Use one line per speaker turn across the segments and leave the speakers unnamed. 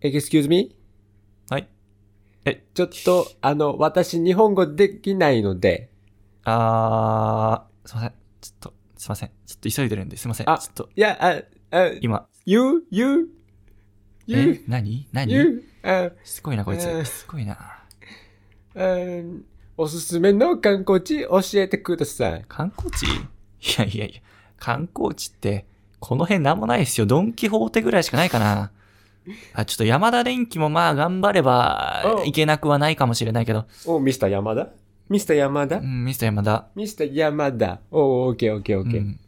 excuse me?
はい。え、
ちょっと、あの、私、日本語できないので、
あー、すいません。ちょっと、すいません。ちょっと急いでるんですいません。ちょ
あ
っと、
いや、あ、あ、
今。
you, you,
え
you,
何何
you, あ、
すごいな、こい
えー
つ。すごいな。
うんおすすめの観光地教えてください。
観光地い やいやいや、観光地って、この辺なんもないですよ。ドンキホーテぐらいしかないかな。あ、ちょっと山田電機もまあ頑張れば
うん
いけなくはないかもしれないけど、
お、ミスター山田ミスター山
う
田
ん、ミスター山田。
ミスター山田。お、オッケーオッケーオ
う
ッケー。
ん、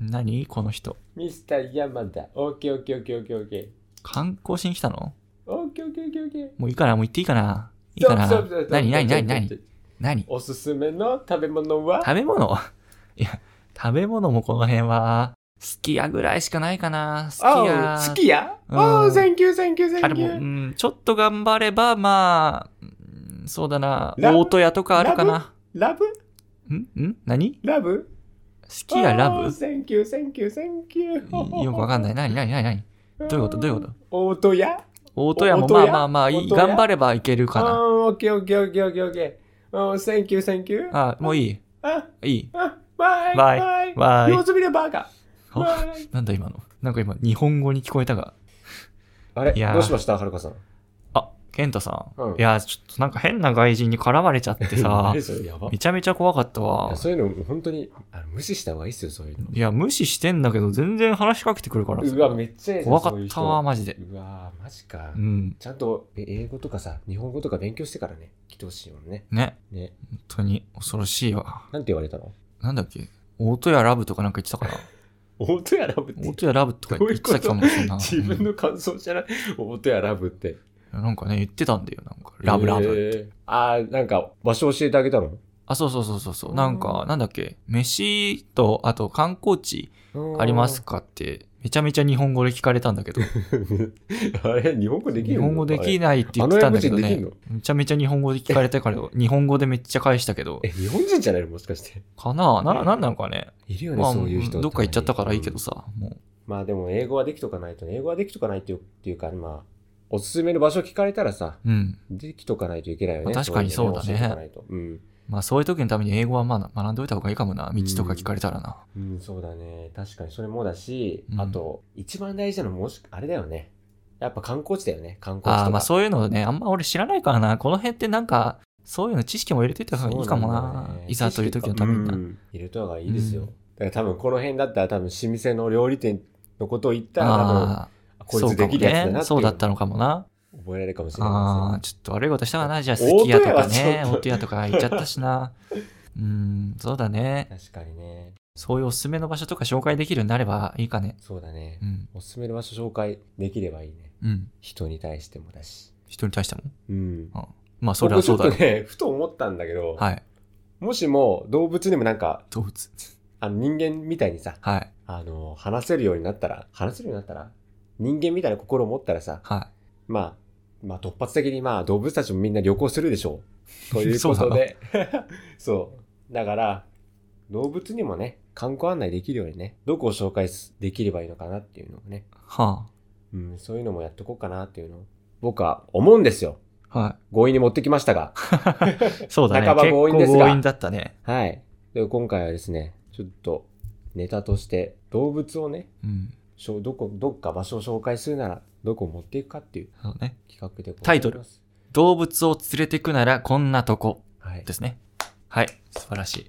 何この人。
ミスター山田。オッケーオッケーオッケーオッケーオッケー。
観光しに来たの
オッケーオッケーオッケーオッケー。
もういいかなもう行っていいかないいかな
そうそうそう
何何
そうそう
何
そう
何何
おすすめの食べ物は
食べ物 いや、食べ物もこの辺は、すき家ぐらいしかないかなすき
あ
家。
好きや
うん
おー、thank you, thank you,
あれ
thank
もう、う
you.
ん、ちょっと頑張れば、まあ、うんそうだな、
ラブ
大戸屋とかあるかな。
ラブ
んん何
ラブ
好きやラ
おー
ブ
?Thank you, thank you, thank you.
いよくわかんない。何何何何
ど
どういうことどういうこと
大戸屋
大戸屋も
大戸
ま
屋
あまあまあいい、
大戸屋
頑張ればいける
あ
か
あ
な。
ー、オッケーオッケーオッケーオッケーオッケー。おー、thank you, thank you.
あ、もうい
あ、
い。いい。
あ、バイ
バイ
バイ。
バイ
様子見れバカ。
お
バイ
なんだ今の。なんか今、日本語に聞こえたが。
あれ
いやー
どうしましたはるかさん。
あ、健太さん。
うん
いや、ちょっとなんか変な外人に絡まれちゃってさ
何、それやば。い
めちゃめちゃ怖かったわ
や。そういうの、本当にあの無視した方がいいっすよ、そういうの。
いや、無視してんだけど、全然話しかけてくるからさ
うわ、めっちゃええじゃん
怖か
そういう
った
人
わ、マジで。
うわーマジか
う。ん。
ちゃんとえ英語とかさ、日本語とか勉強してからね、来てほしいもんね。
ね。
ね。
本当に恐ろしいわ。
なんて言われたの
なんだっけオートやラブとかなんか言ってた から。
大戸屋ラブって
オートやラブとか言ってたかもしれんない。
自分の感想じゃない。 大戸屋ラブって。
うんなんかね、言ってたんだよ。なんか、ラブラブ。
えーあー、なんか場所教えてあげたの
あ、そうそうそうそうそうう。
ん
なんか、なんだっけ飯と、あと観光地ありますかって、めちゃめちゃ日本語で聞かれたんだけど、
あれ日本語できる
日本語でき
る
ないって言ってたんだけど
あの英
ね
語人。
めちゃめちゃ日本語で聞かれたから、日本語でめっちゃ返したけど
え、、日本人じゃないのもしか して。
かなな、なんなのかね。
いるよね、
まあ、
そういう人。
どっか行っちゃったからいいけど
うん。
さ、もう。
まあでも英語はできとかないとね、英語はできとかないっていうっていうか、まあ、おすすめの場所聞かれたらさ、
うん。
できとかないといけないよね。
まあ確かにそうだね
いの教えとかないとうん。
まあそういう時のために英語はまあ学んでおいた方がいいかもな。道とか聞かれたらな。
うん、そうだね。確かにそれもだし、
うん
あと、一番大事なのもし、あれだよね。やっぱ観光地だよね。観光地とか。
ああ、まあそういうのね、あんま俺知らないからな。この辺ってなんか、そういうの知識も入れていた方がいいかもな。
そうだね
いざという時のためにな。
うん入れた方がいいですよ。
うん
だから多分この辺だったら多分老舗の料理店のことを言ったら多分、
ああ、
こい
そう
つで
かも
きるやつだ
ね
な。ってい
そううだったのかもな。
覚えられるかもしれ
あ
な
あ、
いで
ちょっと悪いことしたわな。じゃあ、好き家とかね、
大戸屋はちょっと
大戸屋とか行っちゃったしな。 うん、そうだね。
すね。確かにね。
そういうおすすめの場所とか紹介できるようになればいいかね。
そうだね
う。ん、
おすすめの場所紹介できればいいね。
うん。
人に対してもだし。
人に対しても。
うん。
まあ、それはそうだ
僕
ろ
ちょっとね、ふ と思ったんだけど、
う。はい。
もしも動物にもなんか、
動物。
あの人間みたいにさ、
はい。
あの、話せるようになったら、話せるようになったら、人間みたいな心を持ったらさ、
は
まあ、まあ突発的にまあ動物たちもみんな旅行するでしょ う。という
そ
こ
うな
と
の
で、 そう。だから、動物にもね、観光案内できるようにね、どこを紹介すできればいいのかなっていうのをね、
い。は
うん、そういうのもやっとこうかなっていうのを、僕は思うんですよ。
あ。は
強引に持ってきましたが。
い。そうだね。
半ば
結
強
構
引ですが
強引だったね。
はい。で、今回はですね、ちょっとネタとして、動物をね、
うん。
しょどこ、どっか場所を紹介するなら、どこを持っていくかっていう
そうね。
企画でございます。
タイトル動物を連れてくならこんなとこ
はい
で。すね。はい。素晴らしい。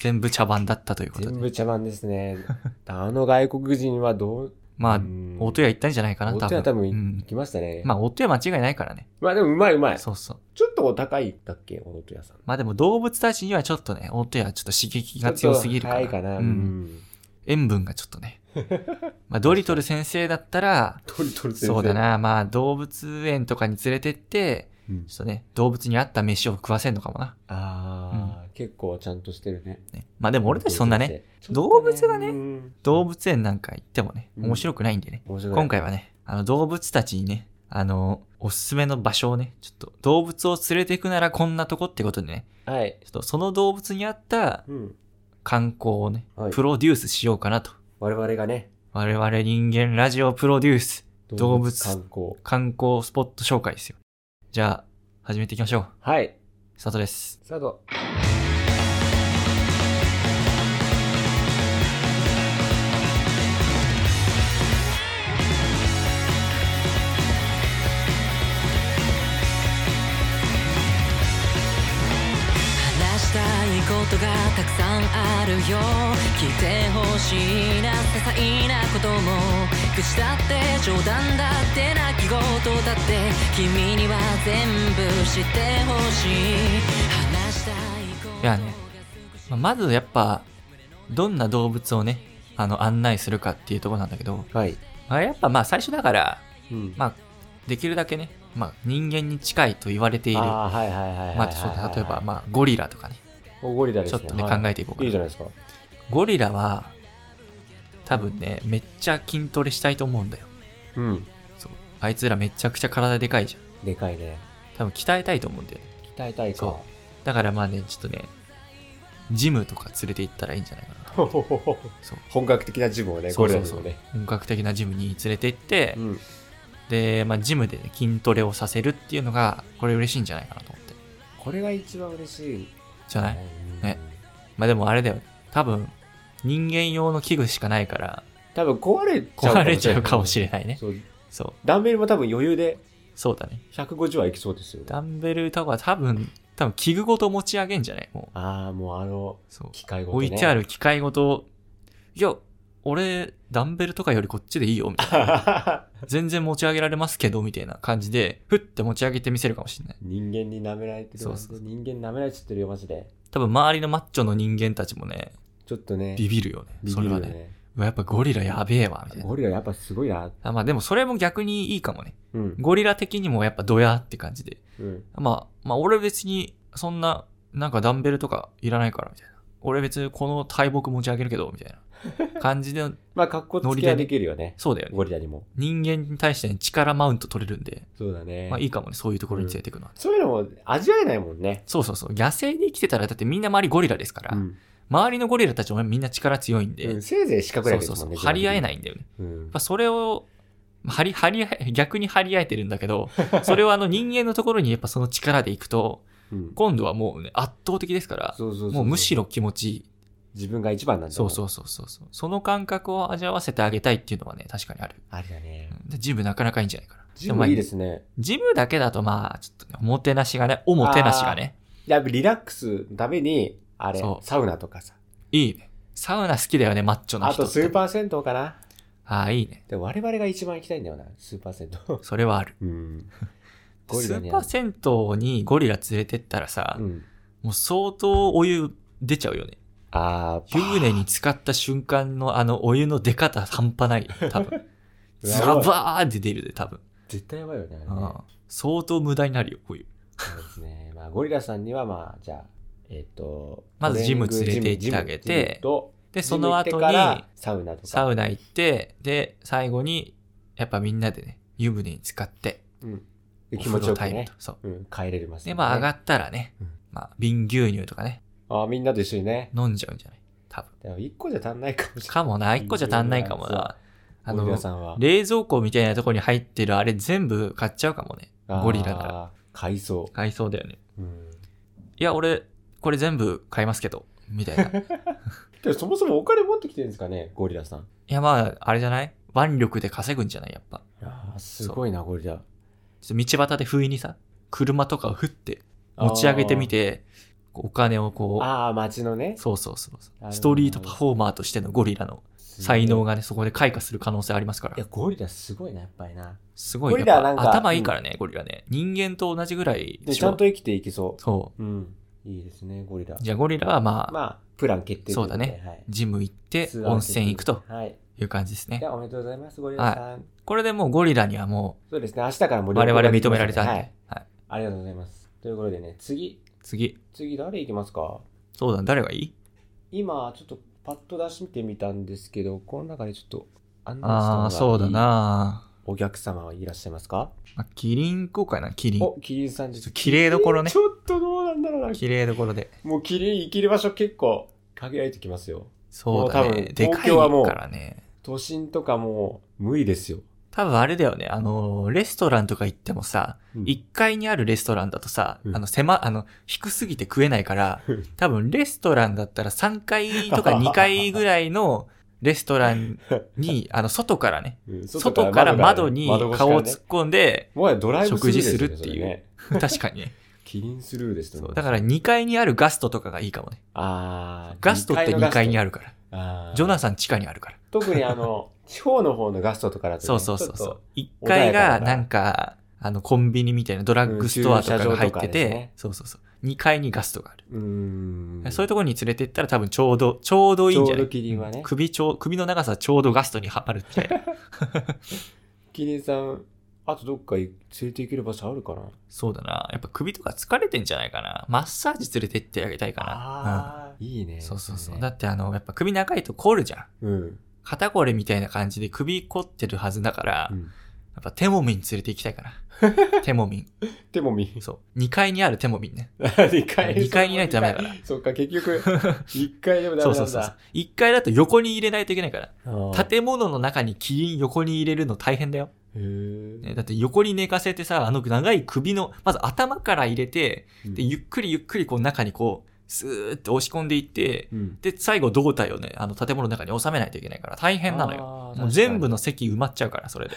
全部茶番だったということ
全
で。
部茶番ですね。 あの外国人はどう、
まあ、
うん
大戸屋行ったんじゃないかな、
大戸屋多分
う
行
ん
きましたね。ま
まあ、大戸屋間違いないからね。
あでもうまいうまい。ち
そうそう。
ょっとお高いだっけ、大戸屋さん。
まあでも動物たちにはちょっとね、大戸屋はちょっと刺激が強すぎるか
ちょ
ら。
っと高いかな。
う。
うんん。
塩分がちょっと ね。まあ、ドリトル先生だったら、
トリトル先生。
そうだ。な、まあ、動物園とかに連れてって、
うん
ちょっとね、動物に合った飯を食わせんのかもな。
ああ、結構ちゃんとしてるね。
ねまあでも俺たちそんなね、
ちょっと。
動物がね
うん
動物園なんか行ってもね、
うん
面白くないんでね。
面白い。
今回はね、あの動物たちにね、あの、おすすめの場所をね、ちょっと動物を連れて行くならこんなとこってことでね、
はい
ち。ょっとその動物に合った
うん。
観光をね、
はい
プロデュースしようかなと。
我々がね、
我々人間ラジオプロデュース。動物
観光。
観光スポット紹介ですよ。じゃあ、始めていきましょう。
はい。
スタートです。
スタート。
話したいことがたくさんあるよ聞いてほしいな些細なことも口だって冗談だって泣き言だって君には全部知ってほしい話したいこと
いやねまあまずやっぱ、どんな動物をね、あの、案内するかっていうところなんだけど、
はい。
まあ、やっぱまあ最初だから、
うん。
まあ、できるだけね、まあ人間に近いと言われている、
あーはいはいはいはいはい。
まあそうだ例えば、まあゴリラとかね、
あ、ゴリラで
ち
す
ょっ
ね。
とね、
はい
考えていこう
い
か
い
な
じゃないですか。
ゴリラは、多分ね、めっちゃ筋トレしたいと思うんだよ。
うん。
そう。あいつらめちゃくちゃ体でかいじゃん。
でかいね。
多分鍛えたいと思うんだよね。
鍛えたいか
そ。だからまあね、ちょっとね、ジムとか連れて行ったらいいんじゃないかな。
ほほほほ
そう。
本格的なジムをね、
そ
ゴ
う
リ
そ
ラ
う
で
そう
もね。
本格的なジムに連れて行って、
うん。
で、まあジムでね、筋トレをさせるっていうのが、これ嬉しいんじゃないかなと思って。
これが一番嬉しい。
じゃない
うん
ねまあでもあれだよ。多分、人間用の器具しかないから、
多分壊れちゃう
壊れちゃうかもしれないね。
そう。
そう。
ダンベルも多分余裕で
そうだね。
150はいきそうですよ。
ダンベルとか多分、多分器具ごと持ち上げんじゃないもう。
ああ、もうあの、
そう。
機械ごと、
置
ね。
いてある機械ごと、いや、俺、ダンベルとかよりこっちでいいよ、みたいな。 全然持ち上げられますけど、みたいな感じで、ふって持ち上げてみせるかもしれない。
人間に舐められてる
そうそうそう
人間舐められちゃってるよ、マジで。
多分、周りのマッチョの人間たちもね、
ちょっとね、
ビビるよね。
ビ
そ
ビ
れ
る
は
よ
ね。
ね。
うわやっぱゴリラやべえわ、みたいな
ゴ。リラやっぱすごいな。
あまあでもそれも逆にいいかもね。
うん。
ゴリラ的にもやっぱドヤって感じで。
うん。
まあ、まあ俺別にそんな、なんかダンベルとかいらないから、みたいな。俺別にこの大木持ち上げるけど、みたいな感じで、
まあ、格好つけはできるよね。
そうだよね。
ゴリラにも。
人間に対してね力マウント取れるんで、
そうだね。
まあいいかもね、そういうところに連れていくのは。
そういうのも味わえないもんね。
そうそうそう。野生で生きてたら、だってみんな周りゴリラですから、
うん。
周りのゴリラたちもみんな力強いんで、
うんせいぜい四角
そ
だ
う
けで
そう
す
そ
も
う、
んね。。
張り合えないいんだよね。
うん
まあ、。それを、張り、張り合え、逆に張り合えてるんだ けど、それをあの人間のところにやっぱその力でいくと、
うん
今度はもうね、圧倒的ですから、
そうそうそう。
もうむし
ろ。
ろ気持ちいい。
自分が一番なんだ。
そうそううそうそうそう。その感覚を味わわせてあげたいっていうのはね、確かにある。
あれだね
う。んでジムなかなかいいんじゃないかな。。
ジムいいですすね。
ジムだけだとまあ、ちょっとね、おもてなしがね、おもてなしがね、
やっぱリラックスのために、あれ
そ、う
サウナとかさ。
いいね。サウナ好きだよね、マッチョな
あ
人
と
って。
スーパー銭湯かな。
ああ、いいね。
で我々が一番行きたいんだよな、スーパー銭 湯。
それはある。
うん。ゴリ
ス
ラに
ー
は
パー銭湯にゴリラ連れてったらさ、
うん。
もう相当お湯出ちゃうよね。
あー
湯船に浸かった瞬間のあのお湯の出方半端ない。多分。
う
ザ
わ
バーって出るで、多分。
絶対やばいよね、あれ
う
ね
ん。相当無駄になるよ、お湯。
そうですね。まあ、ゴリラさんには、まあ、じゃあ、えっ、と、
まずジム
トレーニング
連れて行ってあげて
ジムジムと
で、その後
ジム行ってか
に
ら、サウナとか。
サウナ行って、で、最後に、やっぱみんなでね、湯船に浸かって、
うん。
お
で気
風
持ち
呂
よく
タイム
ね
と。。そう。
うん、帰れます、
で、まあ上が
っ
ったらね
うん、
まあ瓶牛乳とかね、
あーみんなと一緒にね。
飲んじゃうんじゃない多分。
でも一個じゃ足んないかもしれない。
かもな、一個じゃ足んないかもな。あ
ゴリラ
の、
さんは。
冷蔵庫みたいなとこに入ってるあれ全部買っちゃうかもね。
あー
ゴリラが。。
海藻。
買いそうだよね。
うん。
いや、俺、これ全部買いますけど、み たいな。い
でもそもそもお金持ってきてるんですかね、ゴリラさん。
や、まあ、あれじゃない腕力で稼ぐんじゃないやっぱ。
あーすごいな、ゴリラ。
ちょっと道端で不意にさ、車とかを振って持ち上げてみて、こうお金をこう、
あーあー、街のね。
そうそうそうそう
なるほど
ストリートパフォーマーとしてのゴリラの才能がね、そこで開花する可能性ありますか
いや、
ら。
ゴリラすごいな、やっぱりな。
すごい
ゴリラなんか
やっぱ頭いいからね、ゴリラね。人間と同じぐらい
で、
でし
ちゃ
ょ
んと生きていけそ。
そう
うん。いいですね、ゴリラ
う。。じゃあゴリラはまあ、
まあ、プラン決定といことで
そうだ
はい
ジム行って、
ツアー
温泉行くと
はい。
いう感じですね
じゃ。あ、おめでとうございます、ゴリラさん。
これでもうゴリラにはも
そうですね、明日からも
う
旅行
我
が
々
できま
認め
す
られたんで、
は
はい
い。。ありがとうございます。ということでね、次、
次。
次誰行きますか
そうだね、誰がいい
今、ちょっとパッと出してみたんですけど、この中でちょっと、案内した方がいい
ああ、そうだ。な。
お客様はいらっしゃいますか
あキリン行こうかな、キリン。
お、キリンさんで
ちょっと
す。
綺麗どころね
ちょっとどうなんだろうな。
綺麗どころで。
もうキリン生きる場所結構限られてきますよ。
そうだ
もう多
ね。
分
で
東
かい
京はもう
からね。
都心とかもう無理ですよ。
多分あれだよね、あの、レストランとか行ってもさ、
うん
1階にあるレストランだとさ、
うん
あの、狭、あの、低すぎて食えないから
うん、
多分レストランだったら3階とか2階ぐらいのレストラン に、あの、外からね、
うん
外から窓に
越しか
顔
ら
を
ね
突っ込んで、
もはやドライブスルーですよね
食事するっていう
それね
確か にね。
キリンスルーです
そ
と
うだから2階にあるガストとかがいいかもね。
あー
ガストって2階にあ
る
るから。
あ
ジョナ
ス
サン地下にあるから。
特にあの地方の方のガストとかだと、ね、
そうそうそう
ち
そ
ょっ
う
と。
一
穏や
階
かだ
が
な
なんか、あの、コンビニみたいなドラッグストアとかが入
うん駐車場
って
とかです
て、
ね
そうそうそう。二階にガストがある。
うーん
そういうところに連れて行ったら多分ちょうど、ちょうどいいんじゃな
ちょうど
い
キリンはね
首ちょう、首の長さちょうどガストにはまるって。
キリンさんあとどっか連れて行ける場所あるかな
そうだな。やっぱ首とか疲れてんじゃないかな。マッサージ連れてってあげたいかな。
あー、いい
うん
ね
そうそうそう。
ね
だってあの、やっぱ首長いと凝るじゃん。
うん、
肩こりみたいな感じで首凝ってるはずだから、
う
や
ん、
っぱ手もみん連れて行きたい かな。手もみん。
でもみ
そう。2階にある手もみんね。
2階
2階にないとダメだから。
そっか結局1 階でもダ
そ
メな
うそ
ん
うそう
だ
そう。一階だと横に入れないといけないから。
あー
建物の中にキリン横に入れるの大変だよ。
へー
ねだって横に寝かせてさ、あの長い首の、まず頭から入れて、
うん
で、ゆっくりゆっくりこう中にこう、スーって押し込んでいって、
うん
で、最後胴体をね、あの建物の中に収めないといけないから大変なのよ。
あー
もう全部の席埋まっちゃうから、それで。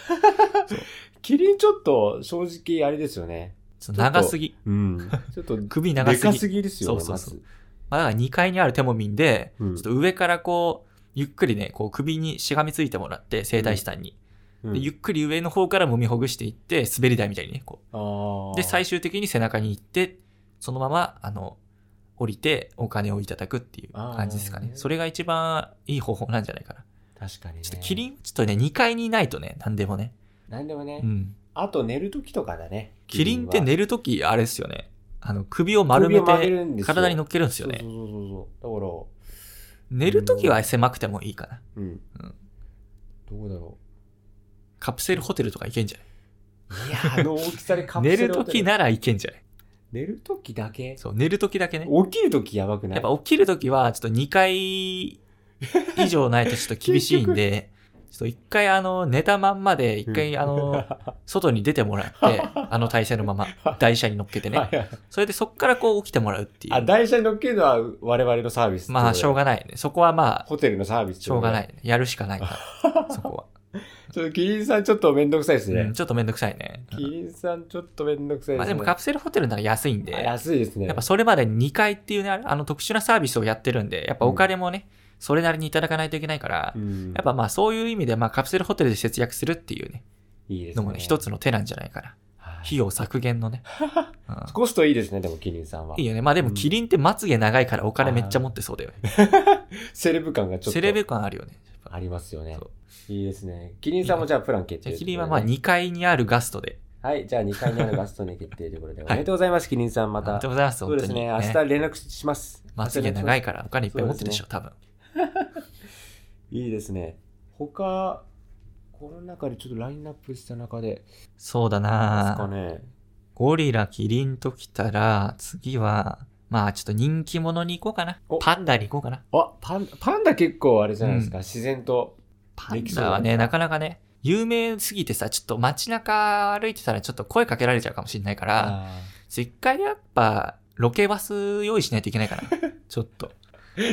キリンちょっと正直あれですよね。
そう長すぎ。
うん。ちょっと、
首長
ですか
ぎ。
すぎですよね、
そうそうそうまあ、だから2階にある手もみんで、
うん
ちょっと上からこう、ゆっくりね、こう首にしがみついてもらって、整体師さん
ま
に。
ず。
でゆっくり上の方から揉みほぐしていって、滑り台みたいにね、こう。で、最
初。
終的に背中に行って、そのまま、あの、降りてお金をいただくっていう感じですか
あー
ね
ね。
それが一番いい方法なんじゃないかな。
確かにね。
ちょっとキリ
ン
ン、ちょっとね、2階にいないとね、なんでもね。
なんでもね
う。ん。
あと寝るときとかだね。
キリンって
る
寝るとき、あれですよね。あの、首を丸め
首を曲げるんで
て、
すよ
体に乗っけるんです
そ
よ
うそう
ね
そ。うそうそう。
寝るときは狭くてもいいかな。
だから、うん
うん。
どうだろ
カプセルホテルとか行けんじゃ
う。いや、 あの大きさでカ
な
プ
い寝
セ
る
ルホ
と
テル
き。なら行けんじゃない
寝るときだけ
そう、寝るときだけね。
起きるときやばくない
やっぱ起きるときは、ちょっと2回以上ないとちょっと厳しい んで、ちょっと1回あの、寝たまんまで、1回 あの、外に出てもらって、あの体勢のまま、台車に乗っけてね。
はいはい
それでそっからこう起きてもらうってい
あ、
う。
台車に乗っけるのは我々のサービスってことで。
まあ、しょうがないね。そこはまあ、
ホテルのサービス。
しょうがないいね。やるしかない から、そこ
ちょっとキリンさんちょっとめんどくさいです
は。う
ね
ん、。ちょっとめんどくさいね。
キリンさんちょっとめんどくさいですね。
まあでもカプセルホテルなら安いんで、
あ
や
安いですね。
っぱそれまでに2回っていうね、あの特殊なサービスをやってるんで、やっぱお金もね、それなりにいただかないといけないから
う、ん
やっぱまあそういう意味でまあカプセルホテルで節約するっていうね、
いいですね。
のもね、一つの手なんじゃないかな。
はい
費用削 減のね。うん
コストいいですね、でもキリンさんは。
いいよね。まあでもキリンってまつげ長いからお金めっちゃ持ってそうだよね。
セレブ感がちょっと。
セレブ感あるよね。
ありますよね
そう。
いいですね。キリンさんもじゃあプラン決
じ
定と
ゃ
い
あ
うことで
キ
ね、
リンはまあ2階にあるガストで。
はい、じゃあ2回目のガストに決定ということで。お
い
めでとうございます、キリンさんま
ありが
た
とう。ございます、
そ
本
う
当
です
に。
ね、明日連絡します。
まつげ長い
明日連絡し
からお金いっぱい持ってるでしょ、多分。
ます。いいですね。他、この中でちょっとラインナップした中で、
そうだ
ですか
な
ね。
ゴリラ、キリンときたら、次は、まあちょっと人気者に行こうかな
お。
パンダに行こうかな。
あ、パンパンダ結構あれじゃないですか、自然と。
パン
できそう
ダ
だ
は
ね
ね、なかなかね、有名すぎてさ、ちょっと街中歩いてたらちょっと声かけられちゃうかもしれないから、
あ
ちょ一回やっぱ、ロケバス用意しないといけないかな。ちょっと。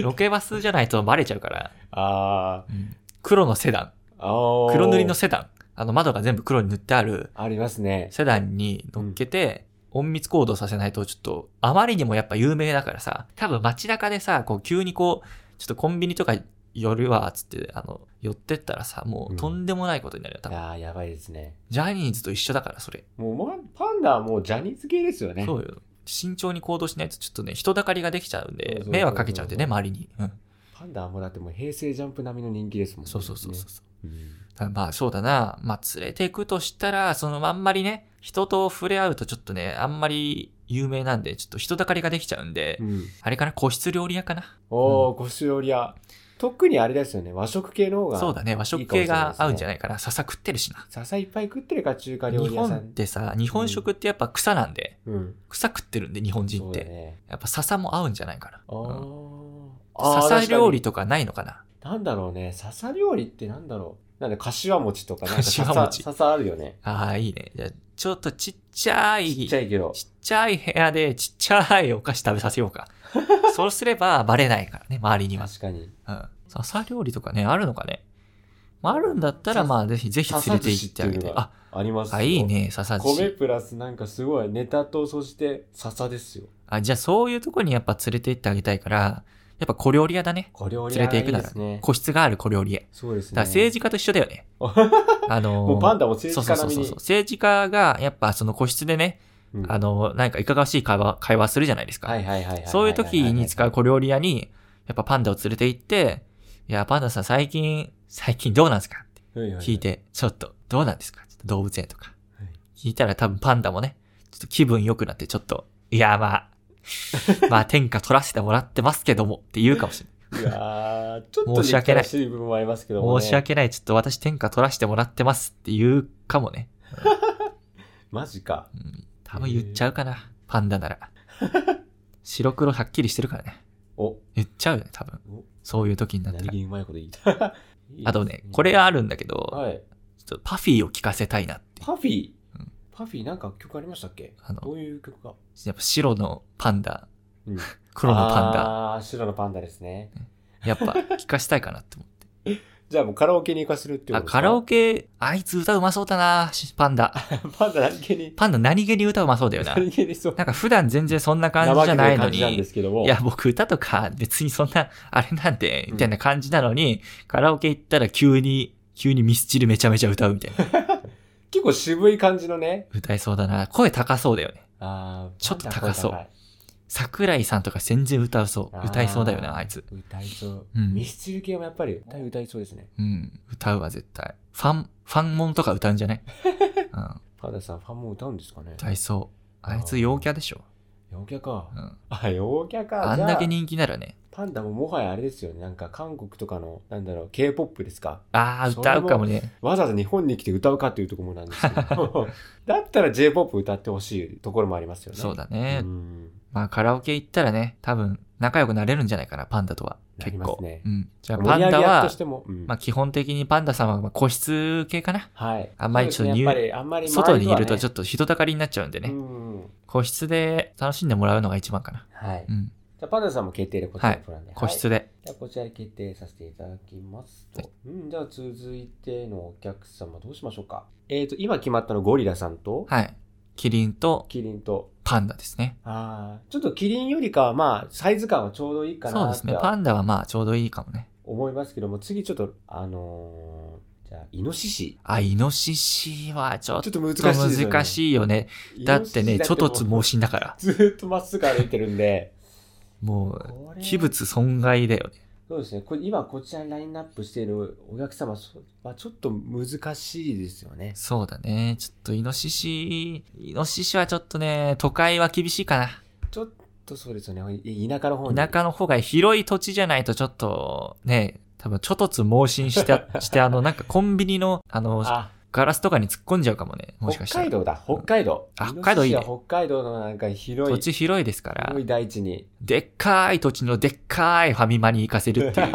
ロケバスじゃないとバレちゃうから、
ーあ
うん黒のセダン、
ー、あー
黒塗りのセダン、あの窓が全部黒に塗ってある
ありますね。
セダンに乗っけて、隠密行動させないとちょっと、あまりにもやっぱ有名だからさ、多分街中でさ、こう急にこう、ちょっとコンビニとか寄るわ、つって、あの、寄ってったらさ、も
うん
うとんでもないことになるよ、多
い
分。
やーやばいですね。
ジャニーズと一緒だから、それ。
もう、ま、パンダはもうジャニーズ系ですよね。
そうよ。慎重に行動しないとちょっとね、人だかりができちゃう
そうそ
ん
う
で
そう、そう
迷惑かけちゃうんでね、周りに。うん。
パンダはもうだってもう平成ジャンプ並みの人気ですもんね。
そうそうそうそうそう。
うん
ただまあそうだな。まあ連れて行くとしたら、そのあんまりね、人と触れ合うとちょっとね、あんまり有名なんで、ちょっと人だかりができちゃうんで、
うん
あれかな、個室料理屋かな。
おー、ご主料理屋。特にあれですよね、和食系の方が。
そうだね、和食系が合うんじゃないかな。笹食ってるしな。
笹いっぱい食ってるから中華料
日
理屋
本
さ
っ
ん。
てさ、日本食ってやっぱ草なんで、
うん。
草食ってるんで、日本人
そ
っ
うだ
て。
ね。
やっぱ笹も合うんじゃないか
あ
な。うん
ーあー。
笹料理
確
とかないのかな。
かになんだろうね、笹料理ってなんだろう。なんで、柏餅とか、なんか
柏
笹、
餅
笹あるよね。
ああ、いいね。じゃあちょっとちっちゃい、
ちっちゃいけど。
ちっちゃい部屋でちっちゃいお菓子食べさせよ うか。そうすればバレないからね、周りには。
確かに。
うん。笹料理とかね、あるのかね。まあ、あるんだったら、まあ、ぜひ、ぜひ連れて行ってあげ
笹寿司ってい
て
う。の
あ
が、ありますよ
あいい。ね、笹寿
米
司。
プラスなんかすごいネタと、そして笹ですよ。
あ、じゃあ、そういうとこにやっぱ連れて行ってあげたいから、やっぱ小料理屋だね。
小料理
連れ
屋がい
て行く
い
な
で
ら
すね。
個室がある小料理屋。だか
そうですね。
ら政治家と一緒だよね。 あのー
もうパンダも政
そう
治
そう
家並
そうそ
み
う。
に。
政治家が、やっぱその個室でね、
うん
あのー、なんかいかがわしい会話、会話するじゃないですか。
はいはいはいははは
そういう時に使う小料理屋に、やっぱパンダを連れて行って、いや、パンダさん最近、最近どうなんですかって聞い。て、ちょっと、どうなんですかちょっと動物園とか
はい。
聞いたら多分パンダもね、ちょっと気分良くなって、ちょっと、いや、ま あ、まあ天下取らせてもらってますけども、って言うかもしれない。
いやーちょっと
申し訳ない
憎たらしい部分もありますけども、ね。
申し訳ない、ちょっと私天下取らせてもらってますって言うかもね。
マジか。
うん、多分言っちゃうかな、パン ダなら。白黒はっきりしてるからね。
お、
言っちゃうよね、多分
お。
そういう時になった
何
ら
気。にうまいこと言った。いいです
あとね、これあるんだけど、
はい。
ちょっとパフィーを聴かせたいなって。
パフィー
うん。
パフィーなんか曲ありましたっけ
あの
どういう曲か。
やっぱ白のパンダ、
うん
黒のパンダ、
ああー、白のパンダですね。
やっぱ聴かせたいかなって思って。
じゃあもうカラオケに行かせるってこ
あ、
とですか
カラオ ケ、あいつ歌うまそうだな、しパンダ。
パンダ何気に。
パンダ何気に歌うまそうだ よな。
何気にそう。
なんか普段全然そんな感じじゃないの
怠けてる感じなんで
に。
すけども。
いや、僕歌とか別にそんな、あれなんて、みたいな感じなのに、カラオケ行ったら急に、急にミスチルめちゃめちゃ歌うみたいな。
結構渋い感じのね。
歌えそうだな。声高そうだよね。
あー
ちょっと高そう。
パンダ声
桜井さんとか全然歌うそう
あ。ー
歌いそうだよな、あいつ。
高い歌いそう。
うん
ミスチル系もやっぱり歌い歌いそうですね。
うん。歌うわ、絶対。ファン、ファンモンとか歌うん じゃないうん。
パンダさんファンも歌うんですかね
歌いそう。あいつ陽キャでしょ。
陽キャか
う。ん。
あ、陽キャか。
あんだけ
じゃ
人気ならね。
あパンダももはやあれですよね。なんか韓国とかの、なんだろう、K-POP ですか。
ああ、
それ
歌
も
うかもね。
わざわざ日本に来て歌うかっていうところもなんですけ ど。だったら J-POP 歌ってほしいところもありますよね。
そうだ
ね
ね。。
うん。
まあカラオケ行ったらね、多分仲良くなれるんじゃないかな、パンダとは。
な
結
ります
構。
ね
うん。じゃあパ
盛
ン
り上
ダ
げ役と
は
し、ても。うん
まあ基本的にパンダさんはまあ個室系かな。
はい。
あんまりちょ
そうですね
っと入
やっぱりあんまり
外にいるとちょ
っ
っと人だかりになっちゃうんで
と
ね。個室で楽しんでもらうのが一番かな。
はい。
う
じ
ん。
ゃあパンダさんも決定でこちらのプランで。
個室
はい
で。
じゃあこちらに決定させていただきますと。うん、じゃあ続いてのお客様どうしましょうか。えっと、今決まったのゴリラさんと、
はい。キリンと
キリンと、
パンダですね。
ああ、ちょっとキリンよりかはまあ、サイズ感はちょうどいいか
そう
な
で
っ
す
て
ね。
は
パンダはまあちょうどいいかもね。
思いますけども、次ちょっと、あのーじゃあ、イノシシ。
あ、イノシシはちょっ
ちょ
と
っと難しいですよね。
難しいよね。だってね、ちょっとつ
も
盲信だから。
ずーっとまっすぐ歩いてるんで、
もう、
これ
器物損害だよね。
そうですね。これ今こちらにラインナップしているお客様はちょっと難しいですよね。
そうだね。ちょっとイノシシ、イノシシはちょっとね、都会は厳しいかな。
ちょっとそうですよね。い田舎の方に。
田舎の方が広い土地じゃないとちょっと、ね、多分ちょっとつ盲信して、 してあの、なんかコンビニの、あの、
あ、
ガラスとかに突っ込んじゃうかもね。もし
北
かした
海
ら。
道だ。北海道。
あ北海道いい
イ
ね
ノシシは北海道のなんか広
土
い、
地広いですから
広、い大地に。
でっかい土地のでっかいファミマに行かせ るっていう。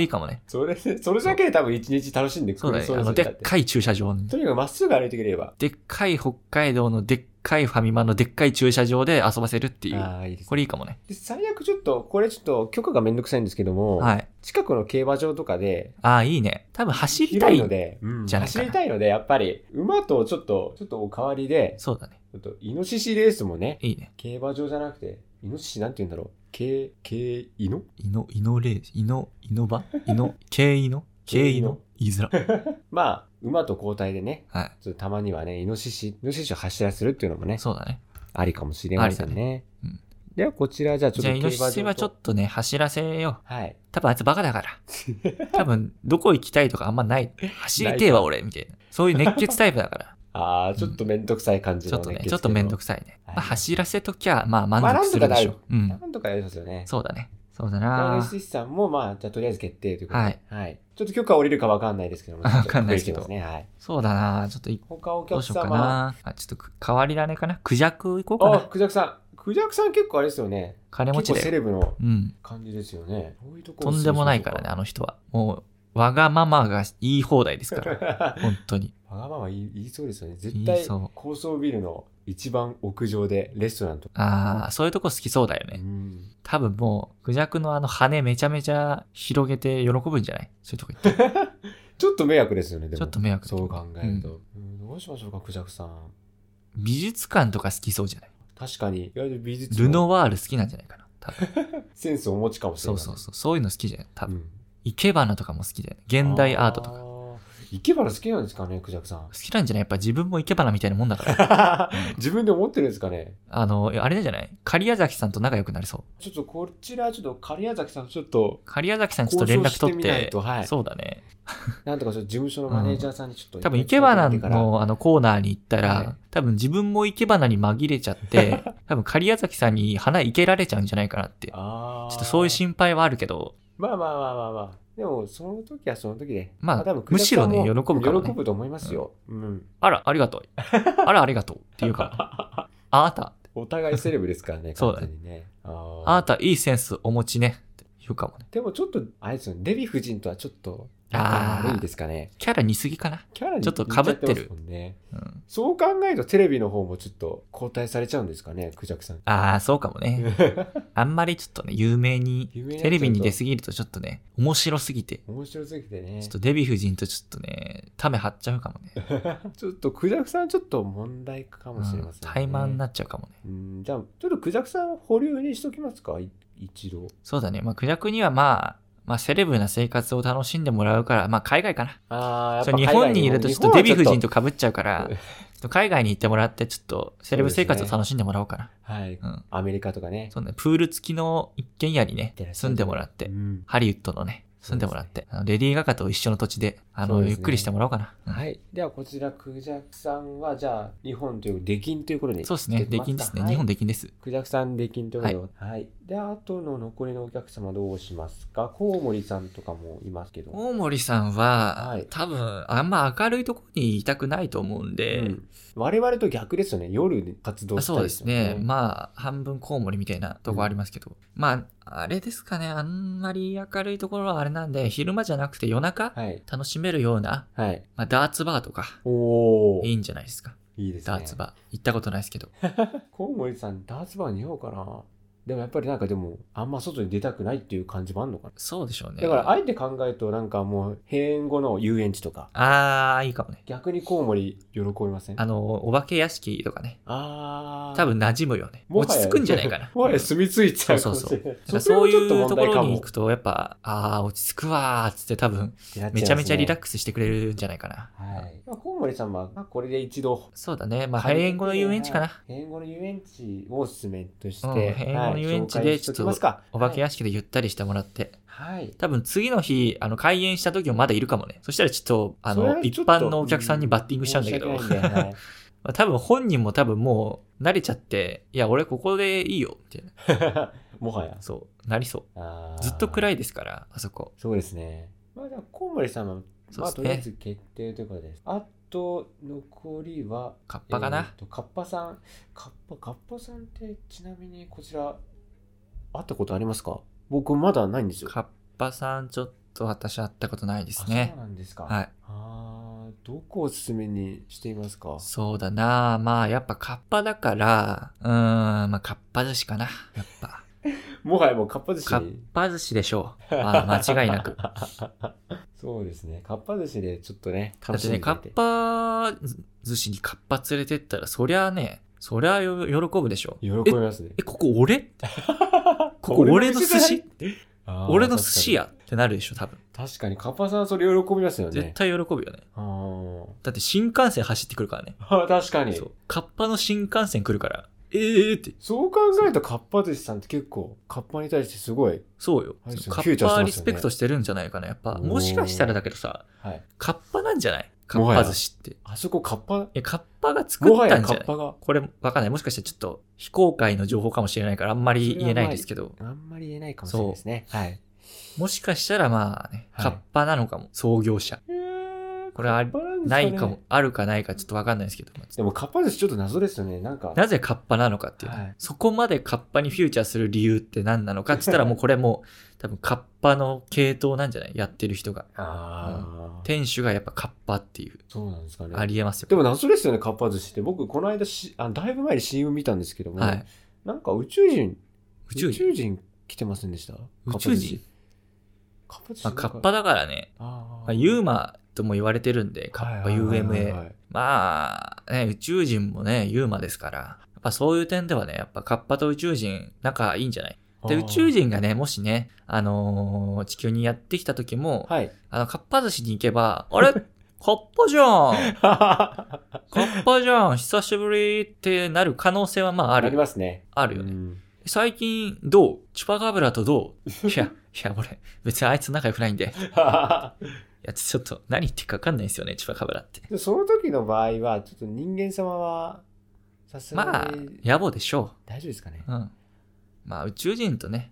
いいかもね。
それ、それだけで多分一日楽しんで
そ
く
うだ
れ
ね。
そ
あ
うです
の、
よ
で
だ
ってかい駐車場に。
とにかくまっすぐ歩いてくれれば。
でっかい北海道のでっかいファミマのでっかい駐車場で遊ばせるっていう。
ああ、いいですね
これいいかもね。
で最悪ちょっと、これちょっと許可がめんどくさいんですけども、
はい。
近くの競馬場とかで、
ああ、いいね。多分走りた
広
い
いの。で、うん
じゃないか
走
な
りたいので、やっぱり、馬とちょっと、ちょっとお代わりで、
そうだね。
ちょっと、イノシシレースもね、
いいね。
競馬場じゃなくて、イノシシなんて言うんだろう。け、け、イノ
イノ、イノレース、イノ、イノ バイノ、ケイノケイノ言いづら。
まあ、馬と交代でね、
は
ちょっとたまにはね、イノシシ、イノシシを走らせるっていうのもね
い。、そうだね。
ありかもしれませんね。
ありだね
では、こちら、じゃあちょっ
じ
と
ゃあ、
競
イ
馬場
ノ
と
シシはちょっとね、走らせよう。
はい。
多分あいつバカだから。多分、どこ行きたいとかあんまない。走りてえわ、俺、みたいな。そういう熱血タイプだから。
ああ、ちょっとめんどくさい感じ
ちょ
の、ね
っとね、
決定
ちょっとめんどくさいね。
はい
まあ、走らせときゃ、まあ、満足するでしょ。う
の
ん。
なんとかやりますよね。
そうだね。そうだ
川
な
西さんも、まあ、じゃあとりあえず決定ということで。
はい。
ちょっと許可降りるかわかんないですけども。
わかんないですけど
ちょっとここ行きますね。はい。
そうだなちょっとい、
他お
ど
客
うしようか
様は。
なあ、ちょっとく変わり種かなクジャク行こう
あ、
かな
クジャクさん。クジャクさん結構あれですよね。
金持
結
ち
構セ
で。
レブの
うん。
感じですよね。こういうとこと
んでもないからね、あ
の。
の人は。もわがままが言い放題です から。本当に。
わがまま言い言いそうですよね。絶
言
対
いそう
高層ビルの一番屋上でレストランとか。
ああ、そういうとこ好きそうだよ
う
ね。
ん
多分もう、クジャクのあの羽めちゃめちゃ広げて喜ぶんじゃないそういうとこ行って。
ちょっと迷惑ですよね、でも。
ちょっと迷惑
そう考えると。うんどうしましょうか、クジャクさん。
美術館とか好きそうじゃない
確かに、意外と美術
ル
の
ノワール好きなんじゃないかな。多分。
センスをお持ちかもしれな
そう
い。
そうそう。そういうの好きじゃない多
う
分。
ん
生け花とかも好きじゃない現代アートとか。好
か。生け花好きなんですかね、クジャクさ ん。
きなんじゃないやっぱ自分も生け花みたいなもんだから。
自分で思ってるんですかね。
あの、あれなんじゃない狩矢崎さんと仲良くなりそう。
ちょっとこちら、ちょっと狩矢崎さん、ちょっと、
狩矢崎さんちょっと連絡取っ
交渉してみな
て
い。とはい
そうだね。
なんとかちょっと事務所のマネージャーさんにちょっと、
多分、生け花
の、
のあのコーナーに行ったら、
はい
多分自分も生け花に紛れちゃ って、多分狩矢崎さんに花生けられちゃうんじゃないかなって。ちょ
あー
っとそういう心配はあるけど、
まあまあまあまあまあ。でも、その時はその時で。
まあ
多分クジャクさんも
むしろね喜ぶからね
喜ぶと思いますよ。うん。
あら、ありが とう。あら、ありがとう。っていうか、あなた、
お互いセレブですからね、
そうだね
完全にね。あ
あな
ー
たいいセンスお持ちね。って言うかもね。
でもちょっと、あれですよね、デヴィ夫人とはちょっと、
あー
悪いですかね。
キャラ似すぎかな。
キャラに
ちょっと被ってる
似ちゃますもんね
うん、
そう考えるとテレビの方もちょっと交代されちゃうんですかね、クジャク さん。
ああ、そうかもね。あんまりちょっとね、有名に、
有名になっちゃうと
テレビに 出すぎるとちょっとね、面白すぎて、
面白すぎてね。
ちょ
ち
っとデヴィ夫人とちょっとね、ため張っちゃうか もね。
ょっとクジャクさんちょっと問題かもしれませんね。
怠慢になっちゃうかもね。
うん、じゃあ、ちょっとクジャクさんを保留にしときますか、い一度。
そうだね。まあ、クジャクにはまあ、まあ、セレブな生活を楽しんでもらうから、まあ、海外かな。
ああ、やっ
そ
ぱ
う日本にいるとちょっとデヴィ夫人とかぶっちゃうか
う
ら
ん、
ちょっと海外に行ってもらって、ちょっとセレブ生活を楽しんでもらおうかな。
はい。
うん。
アメリカとかね。
そうね、プール付きの一軒家にね
てら、っしゃい
住んでもらって
う、ん
ハリウッドのね、住んでもらって、あのレディー・ガガと一緒の土地で、あ
そう
の、
ですね
ゆっくりしてもらおうかな。うん
はい。では、こちら、クジャクさんは、じゃあ、日本という、出禁ということに。
そうですね、できんですね。日本
で。
できんです。
クジャクさん出禁ということで。はい。で、あとの残りのお客様どうしますかコウモリさんとかもいますけど。
大森さんは、
はい
多分、あんま明るいところにいたくないと思うんで、
うん我々と逆ですよね。夜で活動
あ
した
そう
り
ですね。まあ、半分コウモリみたいなとこありますけど。まあ、あれですかね。あんまり明るいところはあれなんで、昼間じゃなくて夜中、
はい。
楽しめるような、
はい。
まあ、ダーツバーとか、
おお。
いいんじゃないですか。
いいですね。
ダーツバー。行ったことないですけど。
コウモリさん、ダーツバーにようかな。でもやっぱりなんかでも、あんま外に出たくないっていう感じもあんのかな。
そうでしょうね。
だから、あえて考えると、なんかもう、閉園後の遊園地とか、
あー、いいかもね。
逆にコウモリ喜びません
あの、お化け屋敷とかね。
あー
多分馴染むよね。
もは
落
や。
ち着くんじゃないかな
もはや住み着いちゃうか
そ
も
う
し
そうそ
れ
う。
ない。
だから
それ
そう
はちょ
い
っと
うと
問
こ
題
ろ
か
に
も
行くと、やっぱ、あー、落ち着くわーっつって多分、めちゃめちゃリラッ
ク
クスしてくれるんじゃないかな。
ス。はい。まあコウモリさんは、まあこれで一度、
そうだね。まあ、閉園後の遊園地かな。。
閉園後の遊園地をおすすめとして、
うん閉園後の遊園地で
はい紹介しておきますか
お化け屋敷でゆったりしてもらって、
はい。
多分次の日、あの、開園した時もまだいるかもね。そしたらちょっと、あ
それ
の、
はち
一
ょっと
般のお客さんにバッティングしちゃうんだけど、
申し訳ないんではい
まあ多分本人も多分もう慣れちゃって、いや、俺ここでいいよ、みたいな。
もはや。
そう、なりそ
あー
う。ずっと暗いですから、あそこ。
そうですね。まあ、じゃあ、コウモリさんは、
そう
ま
で
あ、
す
とりあえ
ね。
ず決定ということです。あと、残りは、
カッパか
えー
な。
とカッパさん。カッパ、カッパさんって、ちなみにこちら、会ったことありますか僕、まだないんですよ。
カッパさん、ちょっと私会ったことないです
あ
ね
そう。なんですか。
はい。
あーどこをおすすめにしていますか
そうだなまあ、やっぱカッパだから、うーん、まあ、カッパ寿司かな。やっぱ。
もはやもうカッパ寿司
かっ
に。
ぱ寿司でしょ う。まあ、間違いなく。だ
そうですね。かっぱ寿司でちょっとね、楽
っ
してんで
ね、
いた
か
だ
っ
いて。
ぱ寿司にかっぱ連れてったら、そりゃあね、そりゃあよ喜ぶでしょう。
喜びますね。
え、ここ 俺ここ俺の寿司
あー
俺の寿司やってなるでしょ、多分。
確かに、カッパさんはそれ喜びますよね。
絶対喜ぶよね。
あー
だって新幹線走ってくるからね。
あー、確かに。
そ
そうう。
かっぱの新幹線来るから。えーって。
考えると、かっぱ寿司さんって結構、かっぱに対してすごい、
そうよ
はい。
かっ
フューチャーしてますよ
ぱ
ね
リスペクトしてるんじゃないかな、やっぱ。
おー
もしかしたらだけどさ、
はい。
かっぱなんじゃないか
も
っ
はや
ぱ寿司って。い
あそこかっぱ、
や、かっぱが作
も
っ
は
た
や
んじ
か
ゃな
っ
い
ぱが、
これ、わかんない。もしかしたらちょっと非公開の情報かもしれないから、あんまり言えないですけど、
あんまり言えないかもしれないですね。はい。
もしかしたらまあね、
はい
カッパなのかも、創業者。
えー
これあ
バランスが
な
ね
いかも、あるかないかちょっとわかんないですけど、まあちょ
で
っ
も、かっぱ寿司ちょっと謎ですよね。なんか
と、なぜカッパなのかっていうね、
はい
そこまでカッパにフューチャーする理由って何なのかって 言ったらもうこれもう多分カッパの系統なんじゃないやってる人が。
ああ、
店主がやっぱカッパっていう、
そうなんですかね。
ありえますよ。
でも謎ですよね、かっぱ寿司って。僕、この間しあ、だいぶ前に CM 見たんですけども、
はい。
なんか宇宙人、
宇宙
宇
人。
宙人来てませんでした
宇宙人
かっぱ寿司
まあ、カッパだからね、
あ
まあ、
ー
ユーマとも言われてるんで、カッパ
はいはいはい
UMA
は。い
まあ、ね、宇宙人もね、ユーマですから、やっぱそういう点ではね、やっぱカッパと宇宙人、仲いいんじゃないで、
あー
宇宙人がね、もしね、あのー地球にやってきた時も、
はい。
あの、かっぱ寿司に行けば、あれカッパじゃんカッパじゃん久しぶりってなる可能性はまあ あ
あり
る。
ますね。
あ
う
るよね。
ん
最近、どうチュパカブラとど ういや、いや、俺、別にあいつ仲良くないんで。いや、ちょっと、何言ってるか分かんないですよね、チュパカブラって。
でその時の場合は、ちょっと人間様は、さす
ま
が
あ
に、
野暮でしょう。
大丈夫ですかね。
うん。まあ、宇宙人とね、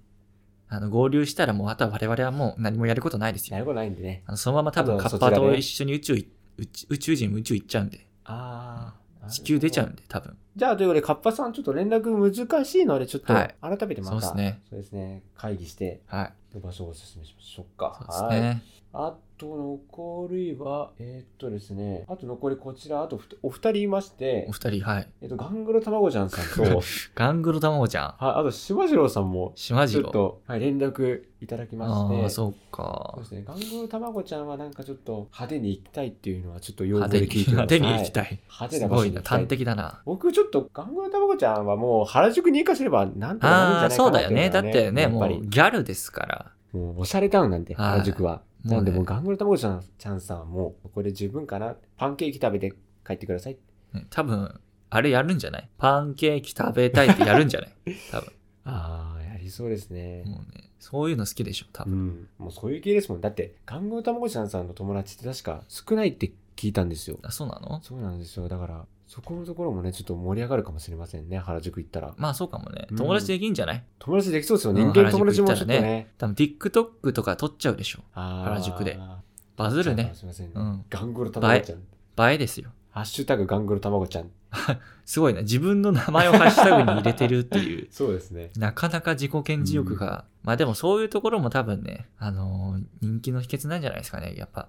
あの、合流したらもう、あとは我々はもう何もやることないです
な
よ。
ることないんでね。
あのそのまま多分
あと
カ
は
ッ
そち
パ
らでね
と一緒に宇宙い、宇宙宇宙人も宇宙行っちゃうんで、
ああ。
地球出ちゃうんで、多分。
じゃあ、ということで、カッパさん、ちょっと連絡難しいので、ちょっと、
は
改
い
めてまた、
そうですね。
そうですね。会議して、
はい。
場所をお勧めしましょうか。
そうで
は
す
い。
ね。
あと、残りは、えーっとですね、あと残りこちら、あとふたお二人いまして
お、二人、はい。
えっと、ガングロたまごちゃんさ んと、はい、
ガングロ卵ちゃん、
あと、しまじろうさんも、
島
ち
次
ょっ
郎。
と、はい、連絡いただきまし
あ
て、
あ、そう
そう
か
で。すね、ガングロたまごちゃんはなんかちょっと派手に行きたいっていうのはちょっと要望
派
で
手
聞
に、
いてま
派
す。
手に行き
い。
たい。
派手
す
な場
ご
所
い
に行
な、
きた
端
い。
的だな。
僕ちょっとガングロたまごちゃんはもう原宿に行かせればなんとかな
あ
る
あ、
んじゃ
そう
な
だ
い
よ
かな
ね。だってね、
や
も
ぱ
う
り
ギャルですから。
もうおしゃれタウンなんで、
はい
原宿は。
もうね
なので、もうガングルたまごちゃんちゃんさんはもう、ここで十分かな。パンケーキ食べて帰ってください。
ね多分、あれやるんじゃないパンケーキ食べたいってやるんじゃない多分。
ああ、やりそうですね。
もうね、そういうの好きでしょ、多
う
分。
ん。もうそういう系ですもん。だって、ガングルたまごちゃんさんの友達って確か少ないって聞いたんですよ。
あ、そうなの
そうなんですよ。だから、そこのところもね、ちょっと盛り上がるかもしれませんね。原宿行ったら。
まあそうかもね
う。ん
友達できんじゃない、
友達できそうですよね。
うん
人間友達もちょっと
原宿行
ね。
多分 TikTok とか撮っちゃうでしょ。
あー
原宿で。バズるね。
すいませんね
うん。
ガングルたまごちゃん。
映えですよ。
ハッシュタグガングルたまごちゃん。。
すごいな。自分の名前をハッシュタグに入れてるっていう
そうですね。
なかなか自己顕示欲が。まあでもそういうところも多分ね、あのー人気の秘訣なんじゃないですかね。やっぱ、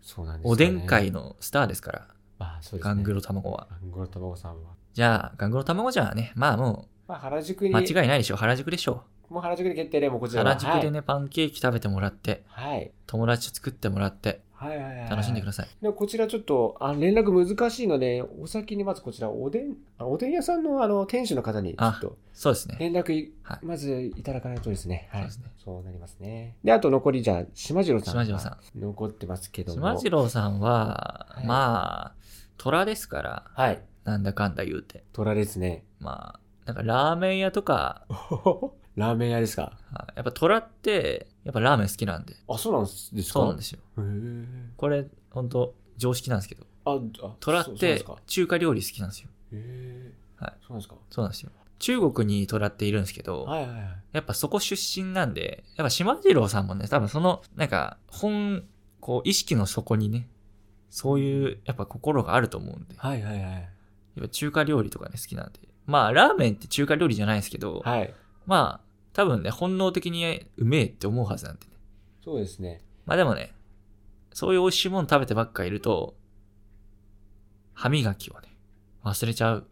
そうなんです
お
よね
でん界のスターですから、
あーそうですね
ガングロ卵は。
ガングロ卵さんは。
じゃあ、ガングロ卵じゃあね、まあも
まあ、原宿
う
に、
間違いないでしょ。原宿でしょ。
もう原宿で決定で、もうこちらは
原宿でね、パンケーキ食べてもらって、
はい。
友達作ってもらって、
はい。はいはいはい。
楽しんでくだ
さ
さい。
い。でこちらちょっと、あ連絡難しいので、お先にまずこちら、おでん、あのおでん屋さんのあの店主の方に、ちょ
あ
っと、
そうですね。
連絡い、
はい
まずいただかないとですね。はい。
そうですね
そうなりますね。で、あと残り、じゃあ、島次郎さん。
島次郎さん。
残ってますけども。
島次郎さんは、
はい
まあ、虎ですから、
はい。
なんだかんだ言うて。
取られずね。
まあ、なんかラーメン屋とか、
ラーメン屋ですか
あやっぱ虎って、やっぱラーメン好きなんで。
あ、そうなんですか。
そうなんですすよ。
へー
これ、ほんと、常識なんですけど。
あ、あ
虎
そ
っ
うそうです
て
か
中華料理好きなんですよ。
へー
はい
そうなんですか
そうなんですよ。中国に虎っているんですけど、
はいはいはい。
やっぱそこ出身なんで、やっぱ島次郎さんもね、多分その、なんか、本、こう、意識の底にね、そういう、やっぱ心があると思うんで、
はいはいはい。
やっぱ中華料理とかね、好きなんで。まあ、ラーメンって中華料理じゃないですけど、
はい。
まあ、多分ね、本能的にうめえって思うはずなんでね。
そうですね。
まあでもね、そういう美味しいもの食べてばっかいると、歯磨きをね、忘れちゃう。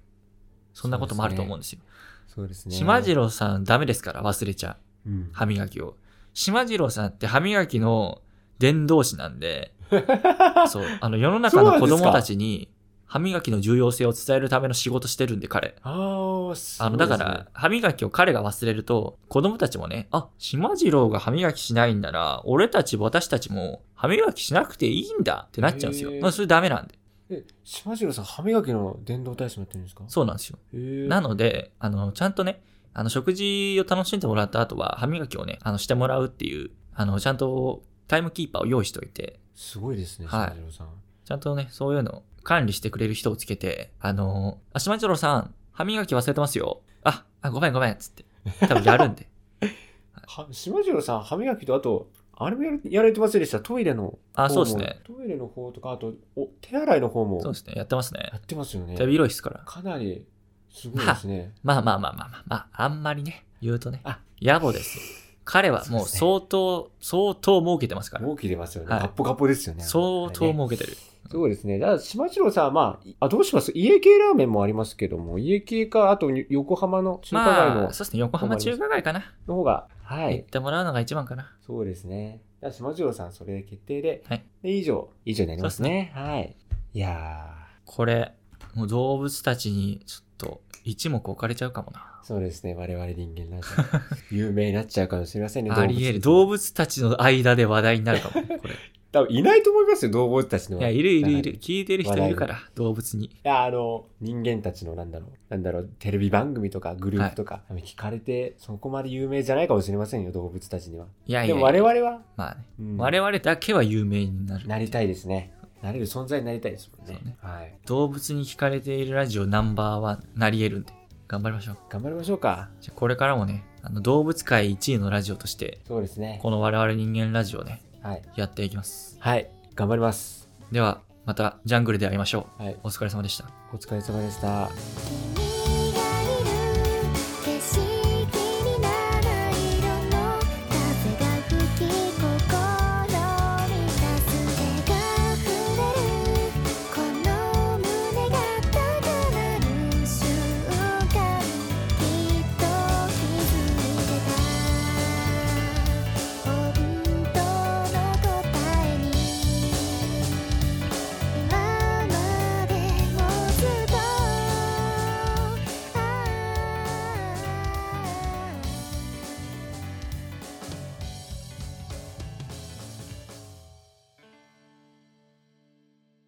そんなこともあると思うんですよ。
そうです
島次郎さんダメですから、忘れちゃ
う
う。
ん
歯磨きを。島次郎さんって歯磨きの伝道師なんで、 そう、あの世の中の子供たちに歯磨きの重要性を伝えるための仕事してるんで、彼。
ああ、すご
あ
い
の、
で
だ
すね
から、、歯磨きを彼が忘れると、子供たちもね、あ、島次郎が歯磨きしないんなら、俺たち、私たちも、歯磨きしなくていいんだってなっちゃうんですよ
へー。
まあ、それダメなんで。
え、島次郎さん、歯磨きの伝道大使もやってるんですか
そうなんですよ。
へー
なので、あの、ちゃんとね、あの、食事を楽しんでもらった後は、歯磨きをね、あの、してもらうっていう、あの、ちゃんと、タイムキーパーを用意しておいて、
すごいですね、
はい
島次郎さん。
ちゃんとね、そういうの、管理してくれる人をつけて、あの、あ、島次郎さん、歯磨き忘れてますよ。 あ、あごめんごめん、つって。多分やるんで。
は島次郎さん、歯磨きとあと、あれもやらやられてませんでした。トイレの。
あそうですね。
トイレの方とか、あと、お手洗いの方も
そうですね。やってますね
や。ってますよね
だい。ぶ広いですから。
かなりすごいですね。
まあまあまあまあまあ、まあ、あんまりね、言うとね
あ、
野暮ですよ。彼はもう相当、相当儲けてますから。
大きい出ますよね。
はい
ガッポガッポですよね。
相当
も
儲けてる。
そうですね。じゃあ、島次郎さんは、まあい、あ、どうします家系ラーメンもありますけども、家系か、あとに横浜の中華街の,、
まあ、そうですね。横浜中華街かな。
の方が、は
行
い。
ってもらうのが一番かな。
そうですね。じゃあ、島次郎さん、それで決定で、
はい
で以上、以上になりますね。はい。いや
これ、もう動物たちにちょっと一目置かれちゃうかもな。
ー、そうですね。我々人間なんて、 有名になっちゃうかもしれませんね。
あり得る。
動
動
物。
物たちの間で話題になるか も。これ。い
多分いないと思いますよ、動物たちの。
や、いるいるいる
い。
聞いてる人いるから、動物に。
いや、あの、人間たちの、なんだろう、なんだろう、テレビ番組とかグループとか、多分聞かれて、そこまで有名じゃないかもしれませんよ、動物たちには。
いやい
で
やい
も
や。
我々は、
まあね。
うん
我々だけは有名になる。
なりたいですね。なれる存在になりたいですもんね
そうね。
はい。
動物に惹かれているラジオナンバーワンなり得るんで、頑張りましょう。
頑張りましょうか。
じゃあこれからもね、あの動物界1位のラジオとして、
そうですね。
この我々人間ラジオね、
はい。
やっていきます。
はい。頑張ります。
では、またジャングルで会いましょう。
はい。
お疲れ様でした。
お疲れ様でした。
「